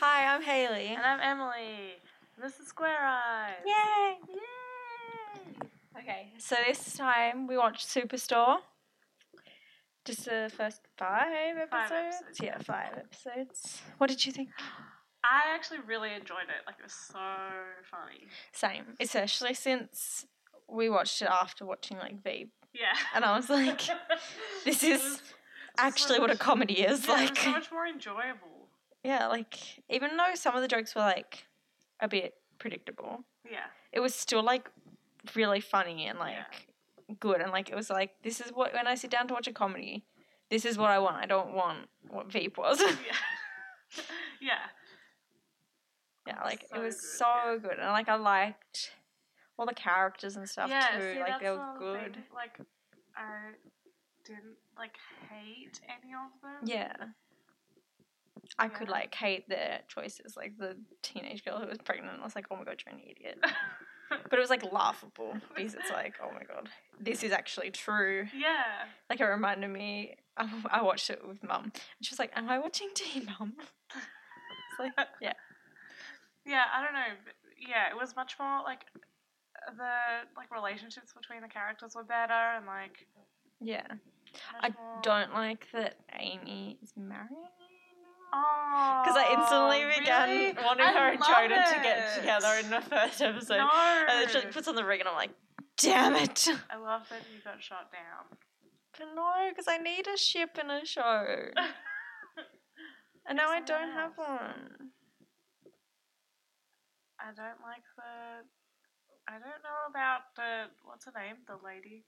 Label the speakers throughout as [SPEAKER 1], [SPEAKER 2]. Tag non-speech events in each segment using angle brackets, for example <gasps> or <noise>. [SPEAKER 1] Hi, I'm Haley.
[SPEAKER 2] And I'm Emily. And this is Square Eyes.
[SPEAKER 1] Yay!
[SPEAKER 2] Yay!
[SPEAKER 1] Okay, so this time we watched Superstore. Just the first five episodes.
[SPEAKER 2] Five episodes,
[SPEAKER 1] Yeah, five episodes. What did you think?
[SPEAKER 2] I actually really enjoyed it. Like it was so funny.
[SPEAKER 1] Same, especially since we watched it after watching like V,
[SPEAKER 2] Yeah.
[SPEAKER 1] and I was <laughs>
[SPEAKER 2] <laughs>
[SPEAKER 1] like, this
[SPEAKER 2] It
[SPEAKER 1] is
[SPEAKER 2] was- it was
[SPEAKER 1] actually
[SPEAKER 2] so
[SPEAKER 1] what a
[SPEAKER 2] much-
[SPEAKER 1] comedy is.
[SPEAKER 2] yeah, it was
[SPEAKER 1] like, <laughs>
[SPEAKER 2] so much more enjoyable.
[SPEAKER 1] yeah, like even though some of the jokes were like a bit predictable,
[SPEAKER 2] Yeah.
[SPEAKER 1] it was still like really funny and like
[SPEAKER 2] Yeah.
[SPEAKER 1] good and like it was like this is what when I sit down to watch a comedy, this is what I want. I don't want what Veep was. <laughs>
[SPEAKER 2] Yeah. yeah. <laughs>
[SPEAKER 1] yeah, like
[SPEAKER 2] So
[SPEAKER 1] it was
[SPEAKER 2] good,
[SPEAKER 1] so
[SPEAKER 2] yeah.
[SPEAKER 1] good and like I liked all the characters and stuff
[SPEAKER 2] yeah,
[SPEAKER 1] too.
[SPEAKER 2] see,
[SPEAKER 1] like
[SPEAKER 2] that's
[SPEAKER 1] they were
[SPEAKER 2] another
[SPEAKER 1] good.
[SPEAKER 2] thing, Like I didn't like hate any of them.
[SPEAKER 1] Yeah. I could
[SPEAKER 2] Yeah.
[SPEAKER 1] like hate their choices, like the teenage girl who was pregnant. I was like, "Oh my god, you're an idiot," but it was like
[SPEAKER 2] <laughs>
[SPEAKER 1] laughable because it's like, "Oh my god, this is actually true."
[SPEAKER 2] <laughs> Yeah.
[SPEAKER 1] like it reminded me I, <laughs> I watched it with mum and she was like am i watching teen <laughs> mum it's like yeah
[SPEAKER 2] Yeah, I don't know. but- Yeah, it was much more like the like relationships between the characters were better and like
[SPEAKER 1] yeah
[SPEAKER 2] much
[SPEAKER 1] i
[SPEAKER 2] more-
[SPEAKER 1] don't like that amy is married
[SPEAKER 2] Oh,
[SPEAKER 1] because i instantly began
[SPEAKER 2] really?
[SPEAKER 1] wanting
[SPEAKER 2] I
[SPEAKER 1] her and
[SPEAKER 2] love
[SPEAKER 1] jordan to get
[SPEAKER 2] it.
[SPEAKER 1] together uh, in the first episode
[SPEAKER 2] No,
[SPEAKER 1] and then she like, puts on the ring and i'm like damn it
[SPEAKER 2] I love that you got shot down.
[SPEAKER 1] <laughs> but no because i need a ship in a show <laughs> and now i don't have one
[SPEAKER 2] I don't like the. I don't know about the what's her name, the lady,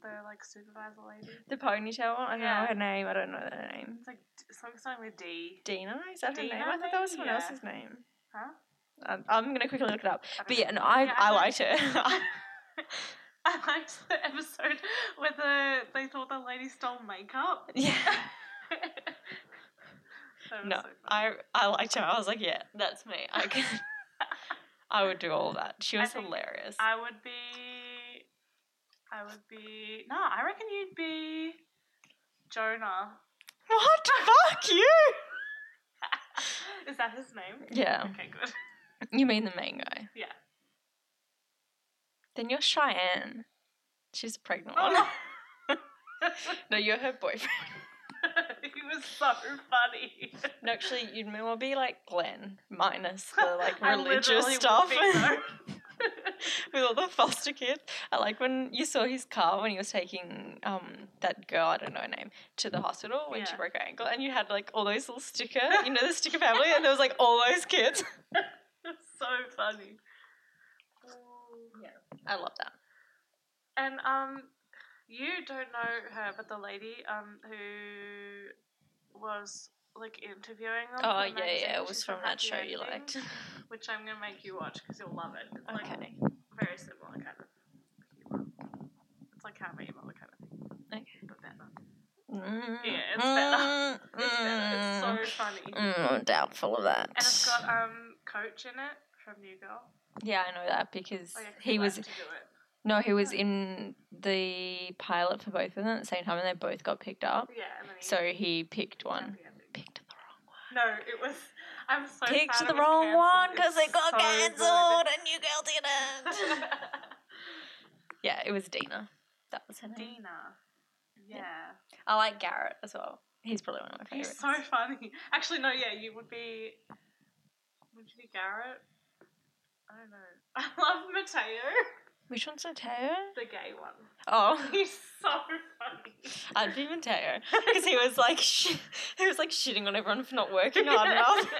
[SPEAKER 2] the like supervisor lady.
[SPEAKER 1] the ponytail one i don't know
[SPEAKER 2] Yeah.
[SPEAKER 1] her name i don't know her name
[SPEAKER 2] It's like d- something starting with D,
[SPEAKER 1] dina is that her
[SPEAKER 2] Dina,
[SPEAKER 1] name i thought that was someone
[SPEAKER 2] maybe? Yeah.
[SPEAKER 1] else's name
[SPEAKER 2] huh?
[SPEAKER 1] Um, I'm gonna quickly look it up.
[SPEAKER 2] I don't
[SPEAKER 1] But
[SPEAKER 2] know.
[SPEAKER 1] yeah, no, I,
[SPEAKER 2] Yeah, I
[SPEAKER 1] I
[SPEAKER 2] don't-
[SPEAKER 1] liked it.
[SPEAKER 2] <laughs> I liked the episode where the they thought the lady stole makeup.
[SPEAKER 1] <laughs>
[SPEAKER 2] <laughs>
[SPEAKER 1] yeah,
[SPEAKER 2] That was
[SPEAKER 1] no,
[SPEAKER 2] so funny.
[SPEAKER 1] I I liked her. I was like, yeah, that's me. I
[SPEAKER 2] <laughs>
[SPEAKER 1] can, I would do all of that. She
[SPEAKER 2] I
[SPEAKER 1] was
[SPEAKER 2] think <laughs>
[SPEAKER 1] hilarious.
[SPEAKER 2] I would be. I would be. No, I reckon you'd be Jonah.
[SPEAKER 1] what? Fuck you!
[SPEAKER 2] Is that his name?
[SPEAKER 1] Yeah,
[SPEAKER 2] Okay,
[SPEAKER 1] <laughs>
[SPEAKER 2] good.
[SPEAKER 1] you mean the main guy?
[SPEAKER 2] Yeah.
[SPEAKER 1] Then you're Cheyenne. She's a pregnant one.
[SPEAKER 2] Oh,
[SPEAKER 1] No, you're her boyfriend.
[SPEAKER 2] <laughs> he was so funny.
[SPEAKER 1] No, actually, you'd more be like Glenn minus the like
[SPEAKER 2] <laughs> I
[SPEAKER 1] religious
[SPEAKER 2] literally
[SPEAKER 1] stuff.
[SPEAKER 2] would think
[SPEAKER 1] <laughs> with all the foster kids. I like when you saw his car when he was taking um that girl, I don't know her name, to the hospital when she
[SPEAKER 2] Yeah.
[SPEAKER 1] broke her ankle and you had like all those little sticker,
[SPEAKER 2] <laughs>
[SPEAKER 1] you know the sticker family and there was like all those kids.
[SPEAKER 2] so. <laughs> so funny.
[SPEAKER 1] Yeah. I love that.
[SPEAKER 2] And um, you don't know her, but the lady um who was like interviewing
[SPEAKER 1] Oh
[SPEAKER 2] them. for the
[SPEAKER 1] yeah,
[SPEAKER 2] magazine,
[SPEAKER 1] yeah, it
[SPEAKER 2] she's
[SPEAKER 1] was from that
[SPEAKER 2] Happy
[SPEAKER 1] show you
[SPEAKER 2] Ending,
[SPEAKER 1] liked.
[SPEAKER 2] which I'm gonna make you watch because you'll love it. It's like
[SPEAKER 1] Okay.
[SPEAKER 2] very similar kind of humor. It's like How I Met Your Mother kind of thing.
[SPEAKER 1] Okay.
[SPEAKER 2] But better.
[SPEAKER 1] Mm,
[SPEAKER 2] Um, Yeah, it's better. It's
[SPEAKER 1] mm,
[SPEAKER 2] better. It's so funny. And
[SPEAKER 1] mm, I'm doubtful of that.
[SPEAKER 2] it's got um Coach in it from New Girl.
[SPEAKER 1] yeah, I know that because
[SPEAKER 2] Like,
[SPEAKER 1] he was
[SPEAKER 2] to do it.
[SPEAKER 1] no, he was
[SPEAKER 2] Oh.
[SPEAKER 1] in the pilot for both of them at the same time, and they both got picked up.
[SPEAKER 2] Yeah, and then he
[SPEAKER 1] So he picked one.
[SPEAKER 2] Happy Ending.
[SPEAKER 1] Picked the wrong one.
[SPEAKER 2] No, it was. I'm so
[SPEAKER 1] picked
[SPEAKER 2] sad
[SPEAKER 1] the
[SPEAKER 2] it was
[SPEAKER 1] wrong one
[SPEAKER 2] cancelled.
[SPEAKER 1] because they
[SPEAKER 2] It's
[SPEAKER 1] got
[SPEAKER 2] so
[SPEAKER 1] cancelled and you girl <laughs>
[SPEAKER 2] good. <laughs>
[SPEAKER 1] didn't. yeah, it was Dina. That was her name.
[SPEAKER 2] Dina. Yeah.
[SPEAKER 1] I like Garrett as well. He's probably one of my
[SPEAKER 2] He's
[SPEAKER 1] favorites.
[SPEAKER 2] so funny. Actually, no, yeah, you would be. Would you be Garrett? I don't know. <laughs> I love Mateo,
[SPEAKER 1] Which one's Mateo?
[SPEAKER 2] the gay one. <laughs>
[SPEAKER 1] Oh, <laughs>
[SPEAKER 2] He's so funny.
[SPEAKER 1] I'd be Mateo <laughs> because he was like sh- he was like shitting on everyone for not working hard <laughs>
[SPEAKER 2] <laughs>
[SPEAKER 1] enough.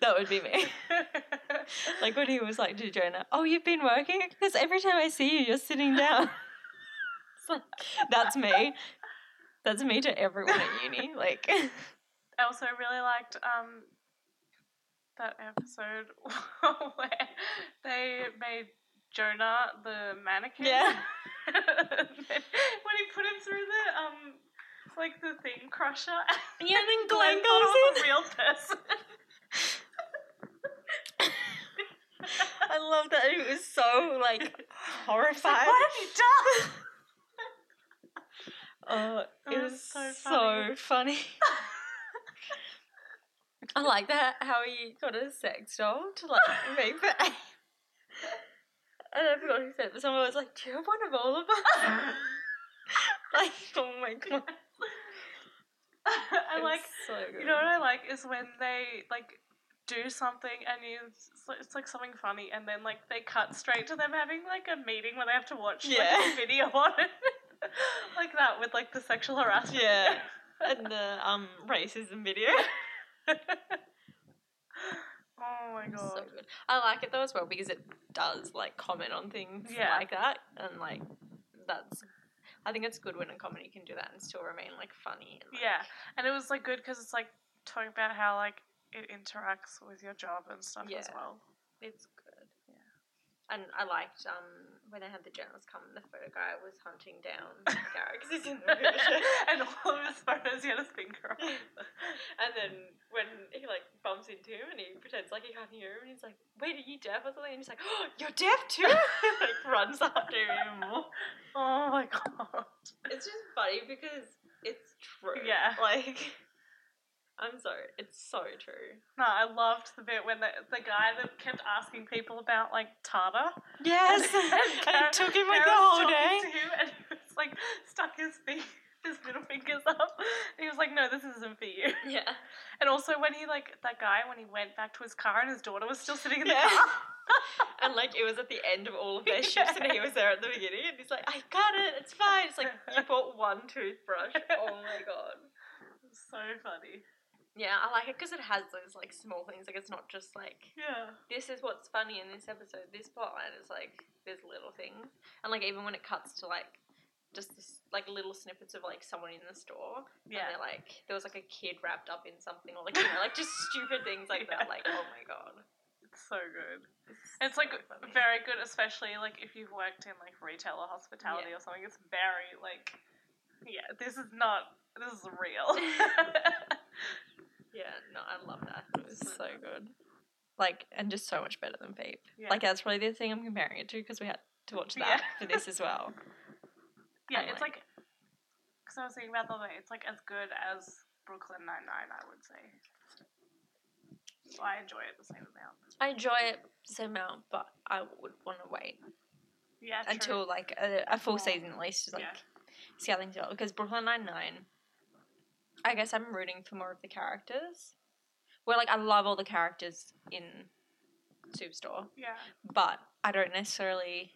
[SPEAKER 1] That would be me. Like when he was like to Jonah, "Oh, you've been working because every time I see you, you're sitting down." <laughs> it's like that's me. That's me to everyone at uni. <laughs> Like,
[SPEAKER 2] I also really liked um that episode <laughs> where they made Jonah the mannequin.
[SPEAKER 1] Yeah.
[SPEAKER 2] <laughs> when he put him through the um like the thing crusher.
[SPEAKER 1] and then
[SPEAKER 2] <laughs> Glenn thought it was a real person.
[SPEAKER 1] I love that it was so like <laughs>
[SPEAKER 2] It's like,
[SPEAKER 1] horrified.
[SPEAKER 2] what have you done?
[SPEAKER 1] Oh,
[SPEAKER 2] That
[SPEAKER 1] it <laughs>
[SPEAKER 2] was
[SPEAKER 1] was
[SPEAKER 2] so
[SPEAKER 1] so funny. <laughs> I like that. How you got a sex doll to like make for. And <laughs> I forgot who said, it, but someone was like, "Do you have one of all of us?" <laughs> like, oh <laughs> my god,
[SPEAKER 2] I
[SPEAKER 1] it's
[SPEAKER 2] like
[SPEAKER 1] so good.
[SPEAKER 2] you know what I like is when they like do something and you it's like, it's like something funny and then like they cut straight to them having like a meeting where they have to watch like,
[SPEAKER 1] Yeah.
[SPEAKER 2] a video <laughs> on it. like that with like the sexual harassment.
[SPEAKER 1] Yeah. <laughs> and the um racism video.
[SPEAKER 2] <laughs> oh my god.
[SPEAKER 1] so good. I like it though as well because it does like comment on things
[SPEAKER 2] Yeah.
[SPEAKER 1] like that, and like that's. I think it's good when a comedy can do that and still remain like funny. And, like,
[SPEAKER 2] Yeah, and it was like good because it's like talking about how like it interacts with your job and stuff as
[SPEAKER 1] Yeah. <laughs>
[SPEAKER 2] well. <laughs>
[SPEAKER 1] It's good.
[SPEAKER 2] Yeah.
[SPEAKER 1] And I liked um, when they had the journalist come and the photo guy was hunting <laughs> down Garrick 'cause he's in the picture. <laughs>
[SPEAKER 2] and all of his photos, he had his finger on.
[SPEAKER 1] and then when he like bumps into him and he pretends like he can't hear him and he's like, wait, are you deaf or something? And he's like, oh, you're deaf too? <laughs> like runs after him more.
[SPEAKER 2] Oh my god! <laughs>
[SPEAKER 1] It's just funny because it's true.
[SPEAKER 2] Yeah.
[SPEAKER 1] Like, I'm sorry, it's so true.
[SPEAKER 2] No, I loved the bit when the the guy that kept asking people about like Tata.
[SPEAKER 1] <laughs>
[SPEAKER 2] <laughs>
[SPEAKER 1] and it took him like the
[SPEAKER 2] Karen was
[SPEAKER 1] whole day.
[SPEAKER 2] talking To him and he was like stuck his finger, his middle fingers up. And he was like, "No, this isn't for you."
[SPEAKER 1] Yeah.
[SPEAKER 2] And also when he like that guy when he went back to his car and his daughter was still sitting in the
[SPEAKER 1] Yeah. <laughs>
[SPEAKER 2] car.
[SPEAKER 1] And like it was at the end of all of their shifts, and
[SPEAKER 2] Yeah.
[SPEAKER 1] he was there at the beginning, and he's like, "I got it, it's fine."
[SPEAKER 2] <laughs>
[SPEAKER 1] It's like you bought one toothbrush. Oh my god. <laughs>
[SPEAKER 2] So funny.
[SPEAKER 1] Yeah, I like it because it has those like small things. Like it's not just like
[SPEAKER 2] Yeah.
[SPEAKER 1] this is what's funny in this episode, this plot line. It's like there's little things, and like even when it cuts to like just this, like little snippets of like someone in the store, and
[SPEAKER 2] Yeah.
[SPEAKER 1] they're like there was like a kid wrapped up in something, or like you know, like just stupid things like that.
[SPEAKER 2] Yeah.
[SPEAKER 1] Like oh my god.
[SPEAKER 2] It's so good.
[SPEAKER 1] It's
[SPEAKER 2] And it's like
[SPEAKER 1] so funny.
[SPEAKER 2] very good, especially like if you've worked in like retail or hospitality or something. It's very like, yeah, this is not, this is
[SPEAKER 1] <laughs>
[SPEAKER 2] real. <laughs>
[SPEAKER 1] Yeah, no, I love that. It was so good. Like, and just so much better than Babe.
[SPEAKER 2] yeah.
[SPEAKER 1] Like, that's probably the thing I'm comparing it to because we had to watch
[SPEAKER 2] Yeah.
[SPEAKER 1] that for this as well.
[SPEAKER 2] yeah,
[SPEAKER 1] and,
[SPEAKER 2] it's like, because I was thinking about the other day, it's like as good as Brooklyn Nine Nine, I would say. So I enjoy it the same amount.
[SPEAKER 1] <laughs> I enjoy it so amount, but I would want to wait
[SPEAKER 2] Yeah, true.
[SPEAKER 1] until like a, a full
[SPEAKER 2] More.
[SPEAKER 1] season at least, just like
[SPEAKER 2] yeah,
[SPEAKER 1] see how things go. Because Brooklyn Nine Nine, I guess I'm rooting for more of the characters. Well, like I love all the characters in Superstore,
[SPEAKER 2] yeah,
[SPEAKER 1] but I don't necessarily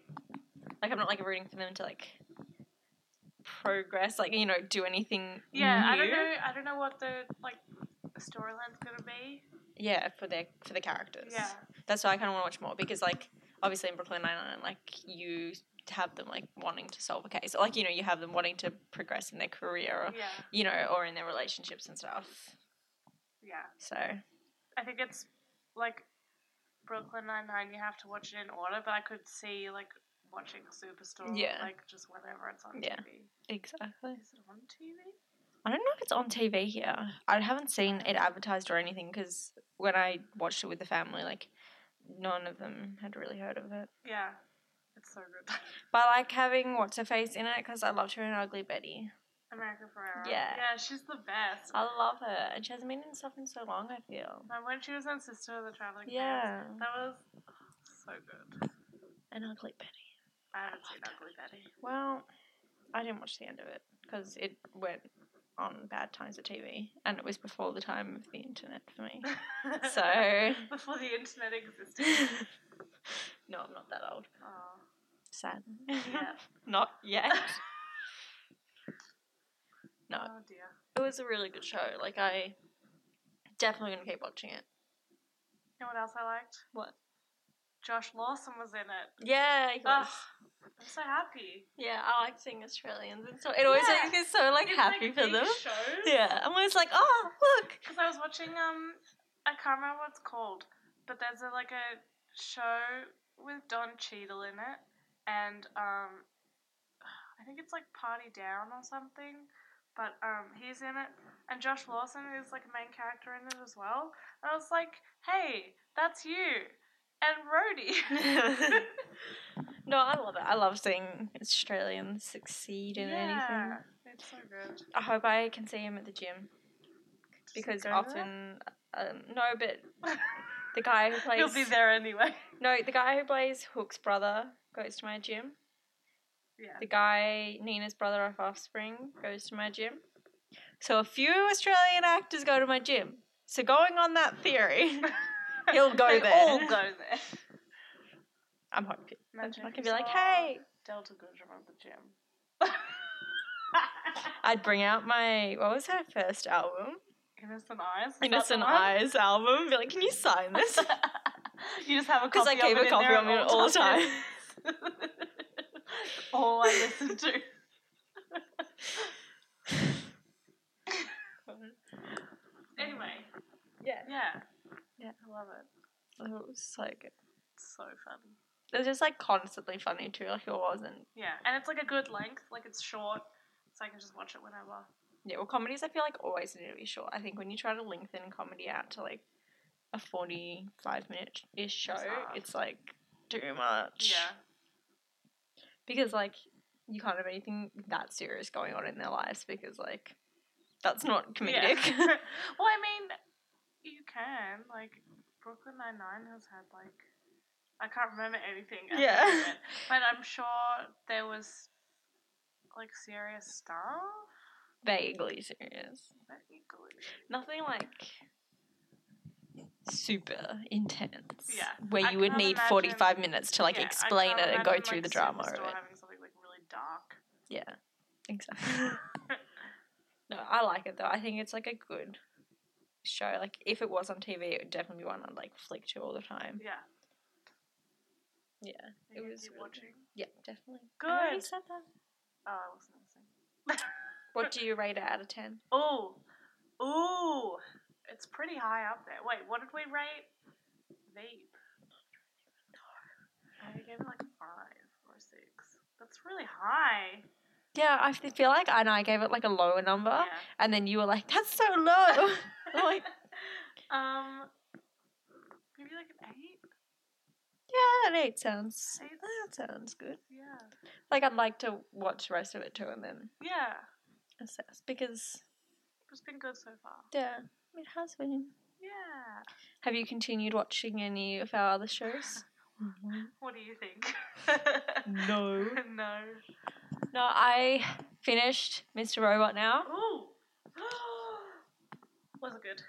[SPEAKER 1] like I'm not like rooting for them to like progress, like you know, do anything.
[SPEAKER 2] yeah. I don't
[SPEAKER 1] new.
[SPEAKER 2] know. I don't know what the like storyline's gonna be.
[SPEAKER 1] Yeah, for their for the characters.
[SPEAKER 2] Yeah,
[SPEAKER 1] that's why I kind of want to watch more because like obviously in Brooklyn Nine Nine, like you have them like wanting to solve a case, or, like you know you have them wanting to progress in their career, or
[SPEAKER 2] yeah,
[SPEAKER 1] you know, or in their relationships and stuff.
[SPEAKER 2] yeah.
[SPEAKER 1] So
[SPEAKER 2] I think it's like Brooklyn Nine Nine. You have to watch it in order, but I could see like watching Superstore,
[SPEAKER 1] Yeah.
[SPEAKER 2] like just whenever it's on
[SPEAKER 1] Yeah.
[SPEAKER 2] TV.
[SPEAKER 1] exactly,
[SPEAKER 2] Is it on TV?
[SPEAKER 1] I don't know if it's on TV here. I haven't seen it advertised or anything because when I watched it with the family, like none of them had really heard of it.
[SPEAKER 2] Yeah, it's so good. <laughs>
[SPEAKER 1] But I like having what's her face in it because I loved her in Ugly Betty.
[SPEAKER 2] America Ferrera.
[SPEAKER 1] Yeah.
[SPEAKER 2] yeah, she's the best.
[SPEAKER 1] I love her, and she hasn't been in stuff in so long. I feel.
[SPEAKER 2] Now, when she was on Sister of the Traveling Pants,
[SPEAKER 1] Yeah,
[SPEAKER 2] that was so good.
[SPEAKER 1] and Ugly Betty.
[SPEAKER 2] I haven't
[SPEAKER 1] I
[SPEAKER 2] seen
[SPEAKER 1] like
[SPEAKER 2] Ugly Betty. <laughs>
[SPEAKER 1] Well, I didn't watch the end of it because it went on bad times of TV, and it was before the time of the internet for
[SPEAKER 2] <laughs>
[SPEAKER 1] me. So. <laughs>
[SPEAKER 2] before the internet existed.
[SPEAKER 1] no, I'm not that old.
[SPEAKER 2] Oh,
[SPEAKER 1] Sad.
[SPEAKER 2] yeah. <laughs>
[SPEAKER 1] not yet. No.
[SPEAKER 2] Oh dear.
[SPEAKER 1] It was a really good show. Like I definitely gonna keep watching it.
[SPEAKER 2] You know what else I liked?
[SPEAKER 1] What?
[SPEAKER 2] Josh Lawson was in it.
[SPEAKER 1] Yeah, he
[SPEAKER 2] Ugh,
[SPEAKER 1] was.
[SPEAKER 2] I'm so happy.
[SPEAKER 1] yeah. I like seeing Australians, and so it always
[SPEAKER 2] Yeah.
[SPEAKER 1] makes me so like
[SPEAKER 2] It's,
[SPEAKER 1] happy
[SPEAKER 2] like,
[SPEAKER 1] for
[SPEAKER 2] big
[SPEAKER 1] them.
[SPEAKER 2] Shows.
[SPEAKER 1] Yeah, I'm always like, oh look.
[SPEAKER 2] Because I was watching um, I can't remember what it's called, but there's a, like a show with Don Cheadle in it, and um, I think it's like Party Down or something. But um, he's in it, and Josh Lawson is like a main character in it as well. And I was like, hey, that's you, and Rhodey.
[SPEAKER 1] <laughs> no, I love it. I love seeing Australians succeed in anything.
[SPEAKER 2] it's so good.
[SPEAKER 1] I hope I can see him at the gym because
[SPEAKER 2] go there?
[SPEAKER 1] often Um, no, but the guy who plays
[SPEAKER 2] <laughs> He'll be there anyway.
[SPEAKER 1] no, the guy who plays Hook's brother goes to my gym.
[SPEAKER 2] Yeah.
[SPEAKER 1] The guy Nina's brother off Offspring goes to my gym. So a few Australian actors go to my gym. So going on that theory, <laughs> He'll go
[SPEAKER 2] they
[SPEAKER 1] there.
[SPEAKER 2] all go there.
[SPEAKER 1] I'm hoping
[SPEAKER 2] Imagine
[SPEAKER 1] I
[SPEAKER 2] if
[SPEAKER 1] can
[SPEAKER 2] you
[SPEAKER 1] be like,
[SPEAKER 2] saw
[SPEAKER 1] hey,
[SPEAKER 2] Delta Goodrum at the gym.
[SPEAKER 1] I'd bring out my what was her first album?
[SPEAKER 2] <laughs> Innocent Eyes. is that the
[SPEAKER 1] Innocent
[SPEAKER 2] one?
[SPEAKER 1] Eyes album. Be like, can you sign <laughs> this?
[SPEAKER 2] <laughs> you just have a
[SPEAKER 1] Because
[SPEAKER 2] copy
[SPEAKER 1] I keep
[SPEAKER 2] of it
[SPEAKER 1] a
[SPEAKER 2] in
[SPEAKER 1] copy
[SPEAKER 2] there
[SPEAKER 1] of it
[SPEAKER 2] at
[SPEAKER 1] all the time.
[SPEAKER 2] times. <laughs> all I listen to. anyway,
[SPEAKER 1] Yeah.
[SPEAKER 2] yeah,
[SPEAKER 1] Yeah.
[SPEAKER 2] I love it.
[SPEAKER 1] Oh, It was so good.
[SPEAKER 2] It's so funny.
[SPEAKER 1] It was just like constantly funny too. Like it wasn't.
[SPEAKER 2] Yeah, and it's like a good length. Like it's short, so I can just watch it whenever.
[SPEAKER 1] Yeah, well, comedies I feel like always need to be short. I think when you try to lengthen comedy out to like a forty-five minute ish show,
[SPEAKER 2] hard.
[SPEAKER 1] it's like too much.
[SPEAKER 2] Yeah.
[SPEAKER 1] because like you can't have anything that serious going on in their lives because like that's not
[SPEAKER 2] Yeah.
[SPEAKER 1] comedic. <laughs>
[SPEAKER 2] <laughs> well, I mean, you can like Brooklyn Nine Nine has had like I can't remember anything. at the
[SPEAKER 1] Yeah. <laughs>
[SPEAKER 2] moment, but I'm sure there was like serious stuff.
[SPEAKER 1] Vaguely serious.
[SPEAKER 2] But equally,
[SPEAKER 1] Nothing like super intense.
[SPEAKER 2] Yeah,
[SPEAKER 1] Where
[SPEAKER 2] I
[SPEAKER 1] you would
[SPEAKER 2] can't
[SPEAKER 1] need
[SPEAKER 2] imagine-
[SPEAKER 1] 45 minutes to like
[SPEAKER 2] Yeah, I
[SPEAKER 1] explain
[SPEAKER 2] can't
[SPEAKER 1] it and go
[SPEAKER 2] imagine,
[SPEAKER 1] through
[SPEAKER 2] like,
[SPEAKER 1] the drama of it.
[SPEAKER 2] Superstore having something like really
[SPEAKER 1] <laughs>
[SPEAKER 2] dark.
[SPEAKER 1] Yeah. Exactly. <laughs> no, I like it though. I think it's like a good show. Like if it was on TV, it would definitely be one I'd like flick to all the time.
[SPEAKER 2] Yeah.
[SPEAKER 1] Yeah.
[SPEAKER 2] You
[SPEAKER 1] It
[SPEAKER 2] can
[SPEAKER 1] was
[SPEAKER 2] keep
[SPEAKER 1] really
[SPEAKER 2] watching.
[SPEAKER 1] Yeah, definitely. I already
[SPEAKER 2] Good.
[SPEAKER 1] said that.
[SPEAKER 2] Oh, I wasn't listening.
[SPEAKER 1] What do you rate it out of 10?
[SPEAKER 2] Oh, ooh, it's pretty high up there. Wait, what did we rate? Veep. I gave it like a five or a six. That's really high.
[SPEAKER 1] Yeah, I f- feel like I know I gave it like a lower number,
[SPEAKER 2] Yeah.
[SPEAKER 1] and then you were like, "That's so <laughs> low." I'm like,
[SPEAKER 2] <laughs> um, maybe like an eight.
[SPEAKER 1] yeah, an eight sounds
[SPEAKER 2] Eight.
[SPEAKER 1] that sounds good.
[SPEAKER 2] Yeah.
[SPEAKER 1] Like I'd like to watch the rest of it too, and then
[SPEAKER 2] Yeah.
[SPEAKER 1] assess because
[SPEAKER 2] It's been good so far.
[SPEAKER 1] yeah, it has been.
[SPEAKER 2] Yeah.
[SPEAKER 1] Have you continued watching any of our other
[SPEAKER 2] <sighs>
[SPEAKER 1] shows?
[SPEAKER 2] What do you think?
[SPEAKER 1] <laughs> no,
[SPEAKER 2] <laughs> no.
[SPEAKER 1] no. I finished Mr. Robot now.
[SPEAKER 2] Ooh. <gasps> Was it good?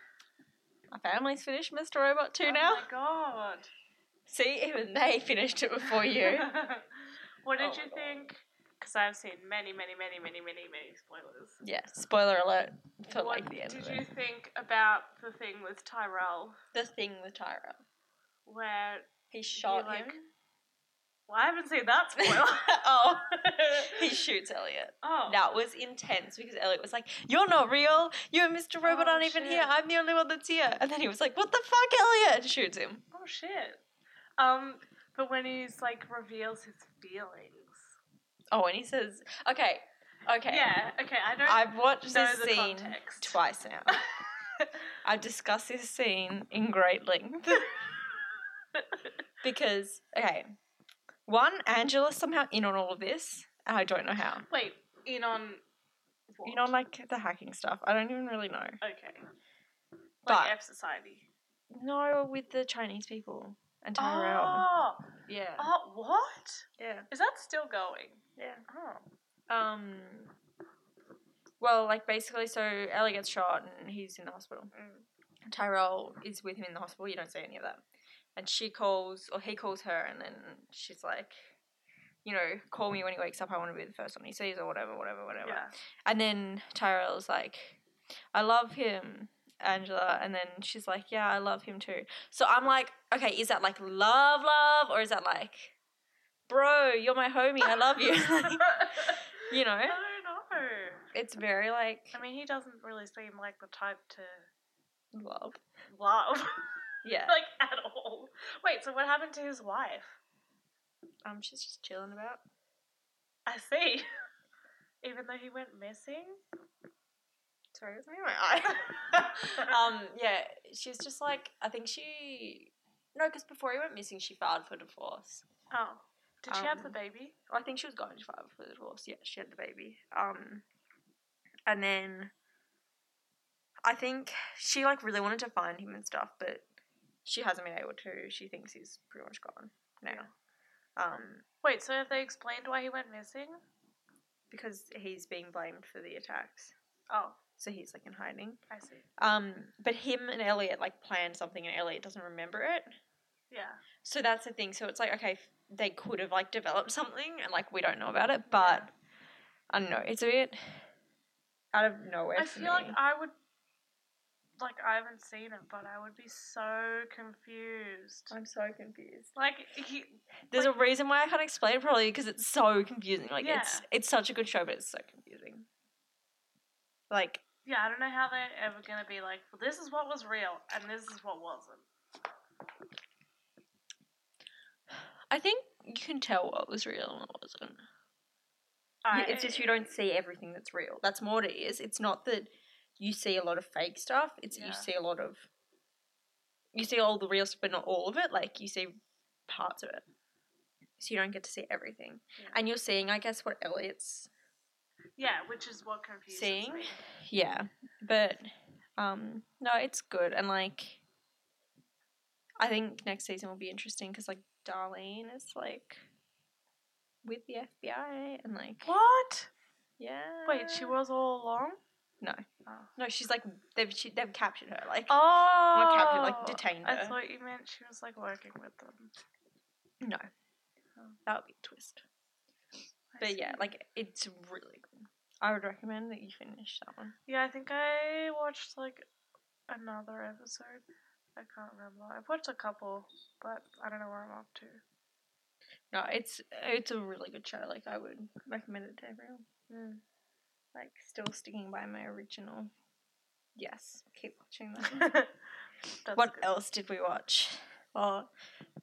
[SPEAKER 1] My family's finished Mr. Robot too
[SPEAKER 2] oh
[SPEAKER 1] now.
[SPEAKER 2] my god.
[SPEAKER 1] See, even they finished it before you.
[SPEAKER 2] <laughs> what did
[SPEAKER 1] Oh
[SPEAKER 2] you
[SPEAKER 1] my God.
[SPEAKER 2] think? Because I've seen many, many, many, many, many, many spoilers.
[SPEAKER 1] yeah, spoiler alert for
[SPEAKER 2] what
[SPEAKER 1] like the end
[SPEAKER 2] did
[SPEAKER 1] of
[SPEAKER 2] you
[SPEAKER 1] it.
[SPEAKER 2] think about the thing with Tyrell
[SPEAKER 1] The thing with Tyra.
[SPEAKER 2] where
[SPEAKER 1] He shot
[SPEAKER 2] like- <laughs>
[SPEAKER 1] him.
[SPEAKER 2] well I haven't
[SPEAKER 1] <laughs>
[SPEAKER 2] seen that spoiler. <laughs>
[SPEAKER 1] oh, he shoots Elliot.
[SPEAKER 2] oh
[SPEAKER 1] That was intense because Elliot was like, "You're not real. You and Mr. Robot
[SPEAKER 2] Oh,
[SPEAKER 1] aren't even here.
[SPEAKER 2] shit.
[SPEAKER 1] I'm the only one that's here." And then he was like, "What the fuck, Elliot?" and shoots him.
[SPEAKER 2] oh shit. Um, but when he's like reveals his feelings.
[SPEAKER 1] Oh, and he says, "Okay, okay."
[SPEAKER 2] Yeah. Okay. I don't
[SPEAKER 1] I've watched
[SPEAKER 2] know
[SPEAKER 1] this
[SPEAKER 2] the
[SPEAKER 1] scene
[SPEAKER 2] context.
[SPEAKER 1] twice now. I've discussed this scene in great length <laughs> because okay, one Angela's somehow in on all of this. and I don't know how.
[SPEAKER 2] <laughs> Wait. In on. What?
[SPEAKER 1] You know, like the hacking stuff. I don't even really know.
[SPEAKER 2] Okay.
[SPEAKER 1] But-
[SPEAKER 2] like F society.
[SPEAKER 1] No, with the Chinese people and Tyrell.
[SPEAKER 2] Oh.
[SPEAKER 1] Yeah.
[SPEAKER 2] Oh. What?
[SPEAKER 1] Yeah.
[SPEAKER 2] Is that still going?
[SPEAKER 1] Yeah.
[SPEAKER 2] Oh.
[SPEAKER 1] Um. Well, like basically, so Ellie gets shot and he's in the hospital. Tyrell is with him in the hospital. You don't see any of that. And she calls, or he calls her, and then she's like, you know, call me when he wakes up. I want to be the first one he sees, or whatever, whatever, whatever.
[SPEAKER 2] Yeah.
[SPEAKER 1] And then Tyrell's like, I love him, Angela. And then she's like, Yeah, I love him too. So I'm like, Okay, is that like love, love? Or is that like, Bro, you're my homie. I love you. <laughs> Like, you know,
[SPEAKER 2] <laughs> I don't know.
[SPEAKER 1] it's very like
[SPEAKER 2] I mean, he doesn't really seem like the type to
[SPEAKER 1] love.
[SPEAKER 2] love, <laughs>
[SPEAKER 1] Yeah.
[SPEAKER 2] like at all. Wait, so what happened to his wife?
[SPEAKER 1] Um, she's just chilling about.
[SPEAKER 2] I see. <laughs> Even though he went missing. <laughs>
[SPEAKER 1] Sorry, it's me in my eye. <laughs> um, yeah, she's just like, I think she. No, because before he went missing, she filed for divorce.
[SPEAKER 2] oh, did she have the
[SPEAKER 1] um,
[SPEAKER 2] baby?
[SPEAKER 1] I think she was going to file for the divorce. Yeah, she had the baby. Um, and then I think she like really wanted to find him and stuff, but she hasn't been able to. She thinks he's pretty much gone now. Um,
[SPEAKER 2] Wait, so have they explained why he went missing?
[SPEAKER 1] because he's being blamed for the attacks.
[SPEAKER 2] Oh,
[SPEAKER 1] So he's like in hiding.
[SPEAKER 2] I see.
[SPEAKER 1] Um, but him and Elliot like planned something and Elliot doesn't remember it.
[SPEAKER 2] Yeah.
[SPEAKER 1] So that's the thing. So it's like, okay, f- they could have like developed something and like we don't know about it, but I don't know. It's a bit out of nowhere.
[SPEAKER 2] I
[SPEAKER 1] for
[SPEAKER 2] feel like
[SPEAKER 1] me.
[SPEAKER 2] I would. Like, I haven't seen it, but I would be so confused.
[SPEAKER 1] I'm so confused.
[SPEAKER 2] Like, he,
[SPEAKER 1] There's a reason why I can't explain it probably because it's so confusing. Like
[SPEAKER 2] Yeah.
[SPEAKER 1] it's it's such a good show, but it's so confusing. Like
[SPEAKER 2] yeah, I don't know how they're ever gonna be like, well, this is what was real and this is what wasn't.
[SPEAKER 1] I think you can tell what was real and what wasn't.
[SPEAKER 2] I,
[SPEAKER 1] You- it's just you don't see everything that's real. That's more it is. It's not that you see a lot of fake stuff. It's
[SPEAKER 2] Yeah.
[SPEAKER 1] you see a lot of you see all the real stuff, but not all of it. Like you see parts of it, so you don't get to see everything.
[SPEAKER 2] Yeah.
[SPEAKER 1] And you're seeing, I guess, what Elliot's
[SPEAKER 2] Yeah, which is what confuses
[SPEAKER 1] Seeing?
[SPEAKER 2] me.
[SPEAKER 1] yeah, but um, no, it's good. And like, I think next season will be interesting because like Darlene is like with the FBI and like
[SPEAKER 2] What?
[SPEAKER 1] yeah.
[SPEAKER 2] Wait, she was all along?
[SPEAKER 1] Uh, No.
[SPEAKER 2] Oh.
[SPEAKER 1] No, she's like they've she, they've captured her. Like
[SPEAKER 2] Oh.
[SPEAKER 1] captured, like, detained
[SPEAKER 2] I
[SPEAKER 1] her.
[SPEAKER 2] thought you meant she was like working with them.
[SPEAKER 1] no,
[SPEAKER 2] Oh.
[SPEAKER 1] that would be a twist.
[SPEAKER 2] I
[SPEAKER 1] But yeah,
[SPEAKER 2] see.
[SPEAKER 1] like it's really good. I would recommend that you finish that one.
[SPEAKER 2] Yeah, I think I watched like another episode. I can't remember. I've watched a couple, but I don't know where I'm up to.
[SPEAKER 1] No, it's it's a really good show. Like I would recommend it to everyone. Mm. Like still sticking by my original. Yes, keep watching that. <laughs> one.
[SPEAKER 2] <laughs> That's
[SPEAKER 1] what
[SPEAKER 2] good.
[SPEAKER 1] else did we watch? Well,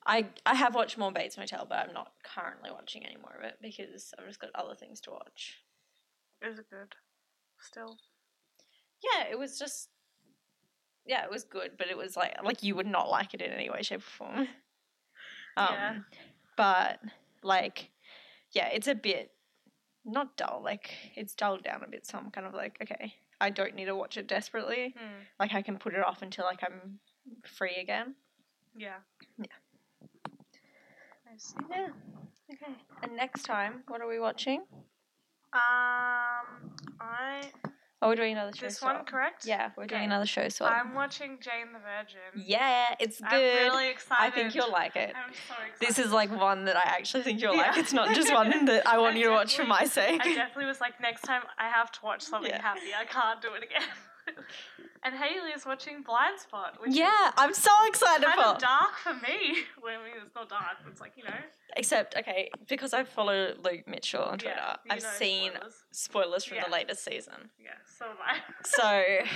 [SPEAKER 1] I I have watched more Bates Motel, but I'm not currently watching any more of it because I've just got other things to watch.
[SPEAKER 2] Is it good? Still.
[SPEAKER 1] yeah, it was just yeah, it was good, but it was like like you would not like it in any way, shape, or form. Um,
[SPEAKER 2] Yeah.
[SPEAKER 1] But like, yeah, it's a bit not dull. Like it's dulled down a bit. So I'm kind of like, okay, I don't need to watch it desperately. Like I can put it off until like I'm free again.
[SPEAKER 2] Yeah.
[SPEAKER 1] Yeah.
[SPEAKER 2] I see.
[SPEAKER 1] Yeah. Okay. And next time, what are we watching?
[SPEAKER 2] Um, I
[SPEAKER 1] Oh, we're doing another show.
[SPEAKER 2] this one
[SPEAKER 1] swap.
[SPEAKER 2] correct?
[SPEAKER 1] Yeah, we're doing
[SPEAKER 2] Okay.
[SPEAKER 1] another show. So
[SPEAKER 2] I'm watching Jane the Virgin.
[SPEAKER 1] yeah, it's good.
[SPEAKER 2] I'm really
[SPEAKER 1] I
[SPEAKER 2] excited.
[SPEAKER 1] think you'll like it.
[SPEAKER 2] I'm so excited.
[SPEAKER 1] This is like one that I actually think you'll like.
[SPEAKER 2] Yeah.
[SPEAKER 1] It's not just one that I want
[SPEAKER 2] I
[SPEAKER 1] you to watch for my sake. <laughs>
[SPEAKER 2] I definitely was like, next time I have to watch something
[SPEAKER 1] Yeah.
[SPEAKER 2] happy. I can't do it again. <laughs> and Haley is watching Blind Spot, which
[SPEAKER 1] Yeah, I'm so excited
[SPEAKER 2] is kind
[SPEAKER 1] for.
[SPEAKER 2] of dark for me. <laughs> Well, I mean, it's not dark, but it's like, you know.
[SPEAKER 1] Except, okay, because I follow Luke Mitchell on Twitter,
[SPEAKER 2] Yeah, you
[SPEAKER 1] I've
[SPEAKER 2] know
[SPEAKER 1] seen
[SPEAKER 2] spoilers.
[SPEAKER 1] spoilers from the
[SPEAKER 2] Yeah.
[SPEAKER 1] latest season.
[SPEAKER 2] Yeah, so am
[SPEAKER 1] <laughs>
[SPEAKER 2] I.
[SPEAKER 1] So,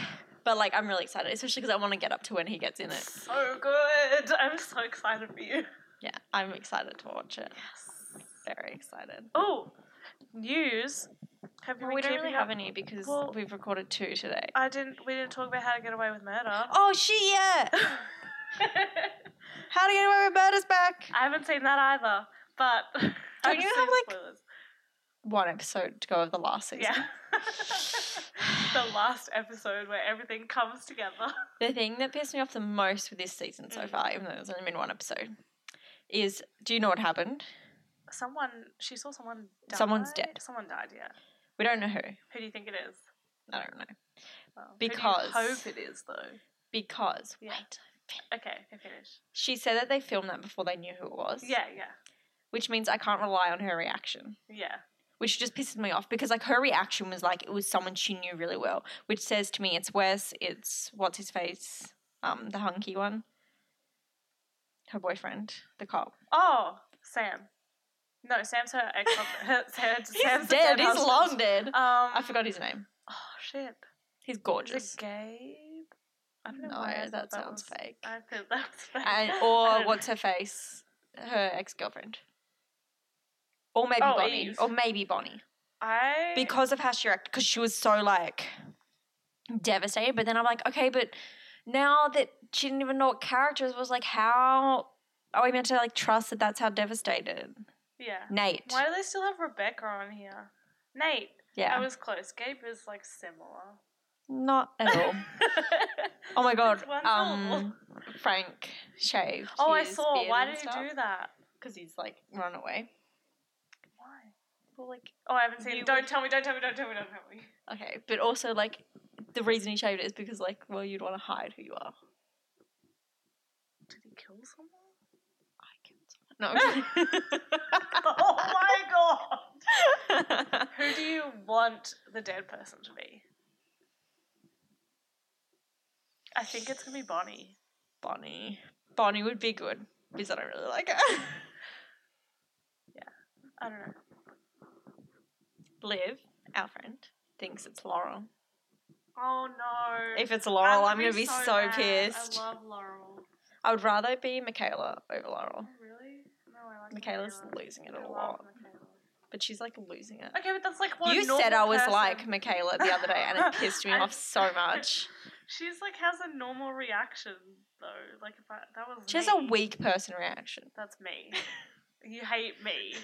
[SPEAKER 1] but like, I'm really excited, especially because I want to get up to when he gets in it.
[SPEAKER 2] <laughs> So good. I'm so excited for you.
[SPEAKER 1] Yeah, I'm excited to watch it.
[SPEAKER 2] Yes.
[SPEAKER 1] Very excited.
[SPEAKER 2] Oh, news. Have you
[SPEAKER 1] Well,
[SPEAKER 2] been
[SPEAKER 1] we don't
[SPEAKER 2] keeping
[SPEAKER 1] really
[SPEAKER 2] up?
[SPEAKER 1] have any because
[SPEAKER 2] Well- Uh,
[SPEAKER 1] we've recorded two today.
[SPEAKER 2] I didn't. We didn't talk about how to get away with murder. <laughs>
[SPEAKER 1] Oh shit! Yeah,
[SPEAKER 2] I
[SPEAKER 1] how to get away with murder's back.
[SPEAKER 2] haven't seen that either.
[SPEAKER 1] <laughs>
[SPEAKER 2] But <laughs> I've
[SPEAKER 1] you
[SPEAKER 2] seen
[SPEAKER 1] have, like,
[SPEAKER 2] spoilers.
[SPEAKER 1] One episode to go of the last season. <laughs>
[SPEAKER 2] Yeah. the last episode where everything comes together.
[SPEAKER 1] The thing that pissed me off the most with this season so
[SPEAKER 2] Mm.
[SPEAKER 1] far, even though there's only been one episode, is do you know what happened?
[SPEAKER 2] Someone, she saw someone die.
[SPEAKER 1] Someone's dead.
[SPEAKER 2] Someone died, yeah.
[SPEAKER 1] We don't know who.
[SPEAKER 2] Who do you think it is?
[SPEAKER 1] I don't know.
[SPEAKER 2] Well, who do you
[SPEAKER 1] Because-
[SPEAKER 2] hope it is, though.
[SPEAKER 1] Because
[SPEAKER 2] Yeah.
[SPEAKER 1] wait.
[SPEAKER 2] Okay, I finish.
[SPEAKER 1] She said that they filmed that before they knew who it was.
[SPEAKER 2] Yeah, yeah,
[SPEAKER 1] Which means I can't rely on her reaction.
[SPEAKER 2] yeah.
[SPEAKER 1] Which just pisses me off because like her reaction was like it was someone she knew really well, which says to me it's Wes, it's what's his face, um, the hunky one. Her boyfriend, the cop.
[SPEAKER 2] Oh, Sam. No, Sam's her ex husband. <laughs> Sam's,
[SPEAKER 1] <laughs> He's
[SPEAKER 2] Sam's the
[SPEAKER 1] dead. He's
[SPEAKER 2] husband.
[SPEAKER 1] long dead.
[SPEAKER 2] Um,
[SPEAKER 1] I forgot his name.
[SPEAKER 2] Oh, shit.
[SPEAKER 1] He's
[SPEAKER 2] Is
[SPEAKER 1] gorgeous.
[SPEAKER 2] it Gabe? I don't know.
[SPEAKER 1] No,
[SPEAKER 2] why I thought
[SPEAKER 1] that sounds
[SPEAKER 2] was-
[SPEAKER 1] fake.
[SPEAKER 2] I thought that was fake.
[SPEAKER 1] and
[SPEAKER 2] <laughs> I
[SPEAKER 1] or
[SPEAKER 2] don't
[SPEAKER 1] what's her face, her ex girlfriend, or maybe
[SPEAKER 2] Oh,
[SPEAKER 1] Bonnie,
[SPEAKER 2] Eve.
[SPEAKER 1] or maybe Bonnie,
[SPEAKER 2] know. I.
[SPEAKER 1] because of how she acted, because she was so like devastated. But then I'm like, okay, but now that she didn't even know what characters was, like, how are we meant to like trust that that's how devastated
[SPEAKER 2] Yeah.
[SPEAKER 1] Nate?
[SPEAKER 2] Why do they still have Rebecca on here? Nate,
[SPEAKER 1] yeah,
[SPEAKER 2] I was close. Gabe is like similar.
[SPEAKER 1] Not at
[SPEAKER 2] <laughs>
[SPEAKER 1] all. Oh my god.
[SPEAKER 2] It's one
[SPEAKER 1] Um, Frank shaved.
[SPEAKER 2] oh, I saw. Why did you do that?
[SPEAKER 1] Because he's like run away.
[SPEAKER 2] Why? Well, like, oh, I haven't seen.
[SPEAKER 1] You
[SPEAKER 2] it. Don't
[SPEAKER 1] would-
[SPEAKER 2] tell me. Don't tell me. Don't tell me. Don't tell me.
[SPEAKER 1] Okay, but also like the reason he shaved it is because like well you'd want to hide who you are.
[SPEAKER 2] Did he kill someone?
[SPEAKER 1] I can't. No. I'm
[SPEAKER 2] <laughs> oh my god!
[SPEAKER 1] kidding. <laughs>
[SPEAKER 2] Who do you want the dead person to be? I think it's gonna be Bonnie.
[SPEAKER 1] Bonnie. Bonnie would be good because I don't really like her. <laughs>
[SPEAKER 2] I don't know.
[SPEAKER 1] Liv, our friend, thinks it's Laurel.
[SPEAKER 2] Oh no!
[SPEAKER 1] If it's
[SPEAKER 2] I
[SPEAKER 1] Laurel,
[SPEAKER 2] would
[SPEAKER 1] I'm gonna be so,
[SPEAKER 2] mad.
[SPEAKER 1] pissed.
[SPEAKER 2] I love Laurel.
[SPEAKER 1] I would rather be Michaela over Laurel.
[SPEAKER 2] Oh, really? No, I like
[SPEAKER 1] Michaela's
[SPEAKER 2] Michaela.
[SPEAKER 1] losing it
[SPEAKER 2] I
[SPEAKER 1] a
[SPEAKER 2] love
[SPEAKER 1] lot,
[SPEAKER 2] Michaela.
[SPEAKER 1] but she's like losing it.
[SPEAKER 2] Okay, but that's like one.
[SPEAKER 1] you said
[SPEAKER 2] normal
[SPEAKER 1] I was
[SPEAKER 2] person.
[SPEAKER 1] like Michaela the other day, and it pissed me
[SPEAKER 2] I-
[SPEAKER 1] off
[SPEAKER 2] <laughs>
[SPEAKER 1] so much.
[SPEAKER 2] She's like has a normal reaction though. Like if I, that was
[SPEAKER 1] She has a
[SPEAKER 2] me,
[SPEAKER 1] weak person reaction.
[SPEAKER 2] That's
[SPEAKER 1] <laughs>
[SPEAKER 2] me. you hate me.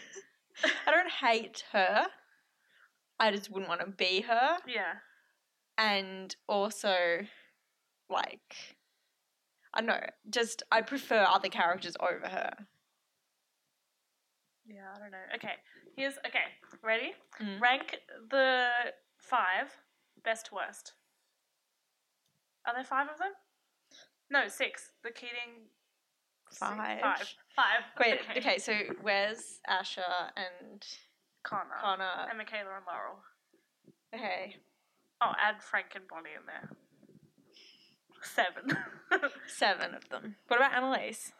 [SPEAKER 1] I don't hate her. I just wouldn't want to be her.
[SPEAKER 2] Yeah.
[SPEAKER 1] And also, like, I don't know, just I prefer other characters over her.
[SPEAKER 2] Yeah, I don't know. Okay, here's okay. Ready?
[SPEAKER 1] Mm.
[SPEAKER 2] Rank the five best to worst. Are there five of them? No, six. The Keating. six-
[SPEAKER 1] Five.
[SPEAKER 2] Five. Five.
[SPEAKER 1] Wait, okay, so where's Asha and
[SPEAKER 2] Connor.
[SPEAKER 1] Connor?
[SPEAKER 2] And Michaela and Laurel.
[SPEAKER 1] Okay,
[SPEAKER 2] Oh, add Frank and Bonnie in there. Seven. <laughs>
[SPEAKER 1] seven of them. What about Annalise?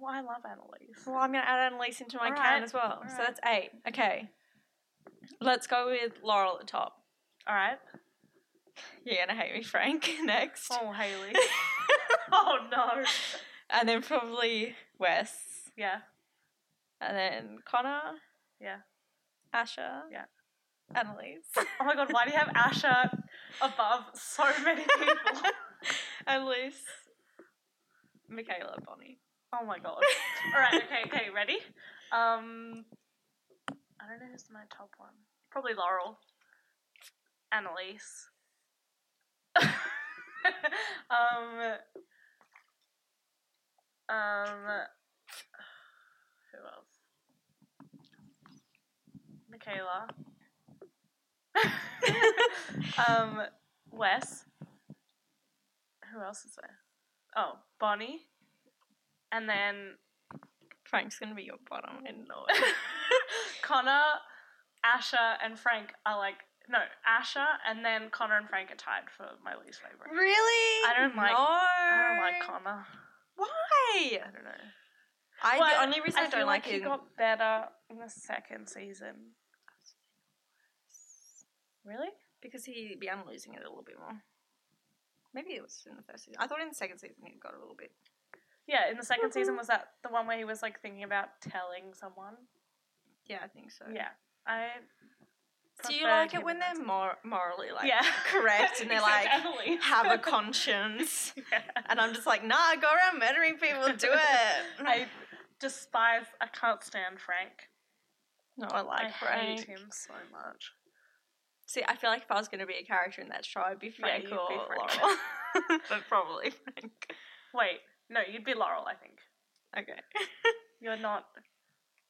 [SPEAKER 2] well, I love Annalise.
[SPEAKER 1] Well, I'm going to add Annalise into my
[SPEAKER 2] All
[SPEAKER 1] count
[SPEAKER 2] right,
[SPEAKER 1] as well.
[SPEAKER 2] all
[SPEAKER 1] So
[SPEAKER 2] right.
[SPEAKER 1] that's eight. Okay. Let's go with Laurel at the top.
[SPEAKER 2] All right.
[SPEAKER 1] You're going to hate me, Frank, <laughs> next.
[SPEAKER 2] Oh, Haley. oh no.
[SPEAKER 1] And then probably Wes.
[SPEAKER 2] Yeah.
[SPEAKER 1] And then Connor.
[SPEAKER 2] Yeah.
[SPEAKER 1] Asha.
[SPEAKER 2] Yeah.
[SPEAKER 1] Annalise. <laughs>
[SPEAKER 2] Oh my god. Why do you have Asha above so many people?
[SPEAKER 1] Annalise. Michaela Bonnie.
[SPEAKER 2] Oh my god. Alright, okay, okay, ready? Um I don't know who's my top one. Probably Laurel. Annalise. <laughs> um Um Who else? Michaela. <laughs> um Wes. Who else is there? Oh, Bonnie. And then
[SPEAKER 1] Frank's gonna be your bottom. I <laughs> know it.
[SPEAKER 2] Connor, Asha, and Frank are like no, Asha and then Connor and Frank are tied for my least favorite.
[SPEAKER 1] Really?
[SPEAKER 2] I don't like-
[SPEAKER 1] No.
[SPEAKER 2] I don't like Connor.
[SPEAKER 1] Why?
[SPEAKER 2] I don't know.
[SPEAKER 1] I
[SPEAKER 2] Well,
[SPEAKER 1] the only reason I,
[SPEAKER 2] feel
[SPEAKER 1] don't like,
[SPEAKER 2] he
[SPEAKER 1] him.
[SPEAKER 2] got better in the second season. Really?
[SPEAKER 1] because he began losing it a little bit more. Maybe it was in the first season. I thought in the second season he got a little bit.
[SPEAKER 2] Yeah, in the 2nd
[SPEAKER 1] Mm-hmm.
[SPEAKER 2] season was that the one where he was like thinking about telling someone.
[SPEAKER 1] Yeah, I think so.
[SPEAKER 2] Yeah, I.
[SPEAKER 1] Do you
[SPEAKER 2] preferred
[SPEAKER 1] like
[SPEAKER 2] him
[SPEAKER 1] it when
[SPEAKER 2] in
[SPEAKER 1] they're
[SPEAKER 2] that season.
[SPEAKER 1] mor- morally like
[SPEAKER 2] yeah <laughs>
[SPEAKER 1] correct and they're
[SPEAKER 2] Except
[SPEAKER 1] like
[SPEAKER 2] Annalise.
[SPEAKER 1] have a conscience?
[SPEAKER 2] <laughs> Yeah.
[SPEAKER 1] And I'm just like, nah, go around murdering people, do <laughs> it.
[SPEAKER 2] I despise. I can't stand Frank.
[SPEAKER 1] no, I like Frank.
[SPEAKER 2] hate him so much.
[SPEAKER 1] See, I feel like if I was going to be a character in that show, I'd be Frank
[SPEAKER 2] you'd be
[SPEAKER 1] or
[SPEAKER 2] Frank.
[SPEAKER 1] Laurel. <laughs> but probably Frank.
[SPEAKER 2] Wait, no, you'd be Laurel. I think
[SPEAKER 1] Okay.
[SPEAKER 2] you're not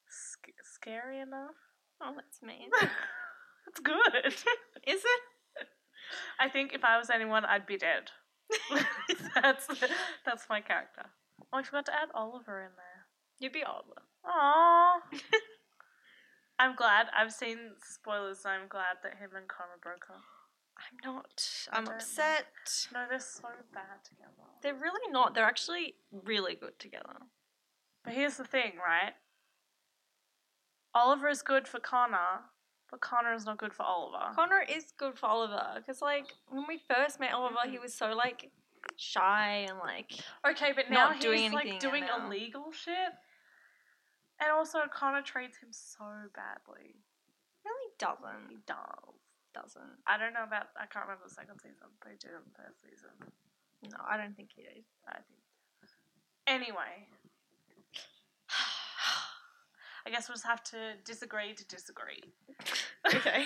[SPEAKER 2] sc- scary enough. <laughs>
[SPEAKER 1] Oh, that's mean.
[SPEAKER 2] That's good.
[SPEAKER 1] <laughs>
[SPEAKER 2] <laughs>
[SPEAKER 1] Is it?
[SPEAKER 2] I think if I was anyone, I'd be dead. <laughs> that's that's my character. Oh, I forgot to add Oliver in there.
[SPEAKER 1] You'd be Oliver.
[SPEAKER 2] Aww. <laughs> I'm glad. I've seen spoilers. So I'm glad that him and Connor broke up.
[SPEAKER 1] I'm not.
[SPEAKER 2] I
[SPEAKER 1] I'm
[SPEAKER 2] don't know.
[SPEAKER 1] upset.
[SPEAKER 2] No, they're so bad together.
[SPEAKER 1] They're really not. They're actually really good together.
[SPEAKER 2] But here's the thing, right? Oliver is good for Connor, but Connor is not good for Oliver.
[SPEAKER 1] Connor is good for Oliver because, like, when we first met Oliver, he was so like shy and like
[SPEAKER 2] okay, but now
[SPEAKER 1] not
[SPEAKER 2] he's
[SPEAKER 1] doing anything
[SPEAKER 2] like
[SPEAKER 1] and
[SPEAKER 2] doing
[SPEAKER 1] now-
[SPEAKER 2] illegal shit. And also Connor treats him so badly.
[SPEAKER 1] really
[SPEAKER 2] He
[SPEAKER 1] doesn't
[SPEAKER 2] does.
[SPEAKER 1] doesn't.
[SPEAKER 2] I don't know about I can't remember the second season, but he did in the first season.
[SPEAKER 1] No, I don't think he <sighs> did.
[SPEAKER 2] I think. Anyway, <laughs> I guess we'll just have to disagree to disagree.
[SPEAKER 1] okay.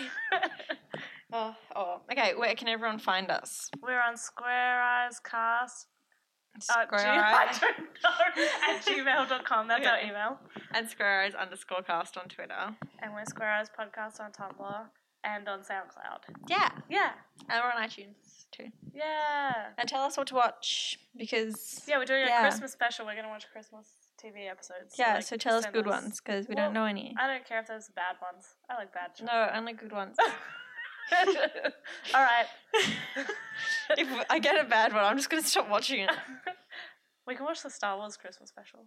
[SPEAKER 1] Oh, oh. Okay, where can everyone find us?
[SPEAKER 2] We're on Square Eyes Cast. at <laughs>
[SPEAKER 1] Square
[SPEAKER 2] gmail-
[SPEAKER 1] Eyes-
[SPEAKER 2] I don't know. At gmail.com. That's our
[SPEAKER 1] Yeah.
[SPEAKER 2] email.
[SPEAKER 1] and Square Eyes underscore cast on Twitter.
[SPEAKER 2] And we're Square Eyes Podcast on Tumblr and on SoundCloud.
[SPEAKER 1] Yeah,
[SPEAKER 2] Yeah.
[SPEAKER 1] and we're on iTunes too.
[SPEAKER 2] Yeah.
[SPEAKER 1] And tell us what to watch because yeah,
[SPEAKER 2] Yeah, we're doing
[SPEAKER 1] Yeah.
[SPEAKER 2] a Christmas special. We're going to watch Christmas TV episodes.
[SPEAKER 1] so,
[SPEAKER 2] like,
[SPEAKER 1] tell us
[SPEAKER 2] send
[SPEAKER 1] good ones because we don't know
[SPEAKER 2] Well,
[SPEAKER 1] any.
[SPEAKER 2] I don't care if there's bad ones. I like bad shit.
[SPEAKER 1] no, only good
[SPEAKER 2] <laughs>
[SPEAKER 1] ones.
[SPEAKER 2] All right.
[SPEAKER 1] <laughs> if I get a bad one, I'm just gonna stop watching it.
[SPEAKER 2] <laughs> we can watch the Star Wars Christmas special.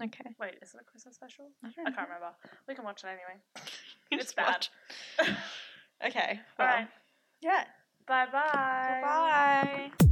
[SPEAKER 1] Okay.
[SPEAKER 2] Wait, is it a Christmas special?
[SPEAKER 1] I
[SPEAKER 2] I
[SPEAKER 1] don't
[SPEAKER 2] can't remember. We can watch it anyway.
[SPEAKER 1] know.
[SPEAKER 2] It's bad.
[SPEAKER 1] <laughs> okay.
[SPEAKER 2] All
[SPEAKER 1] well,
[SPEAKER 2] right.
[SPEAKER 1] Yeah.
[SPEAKER 2] Bye bye.
[SPEAKER 1] Bye.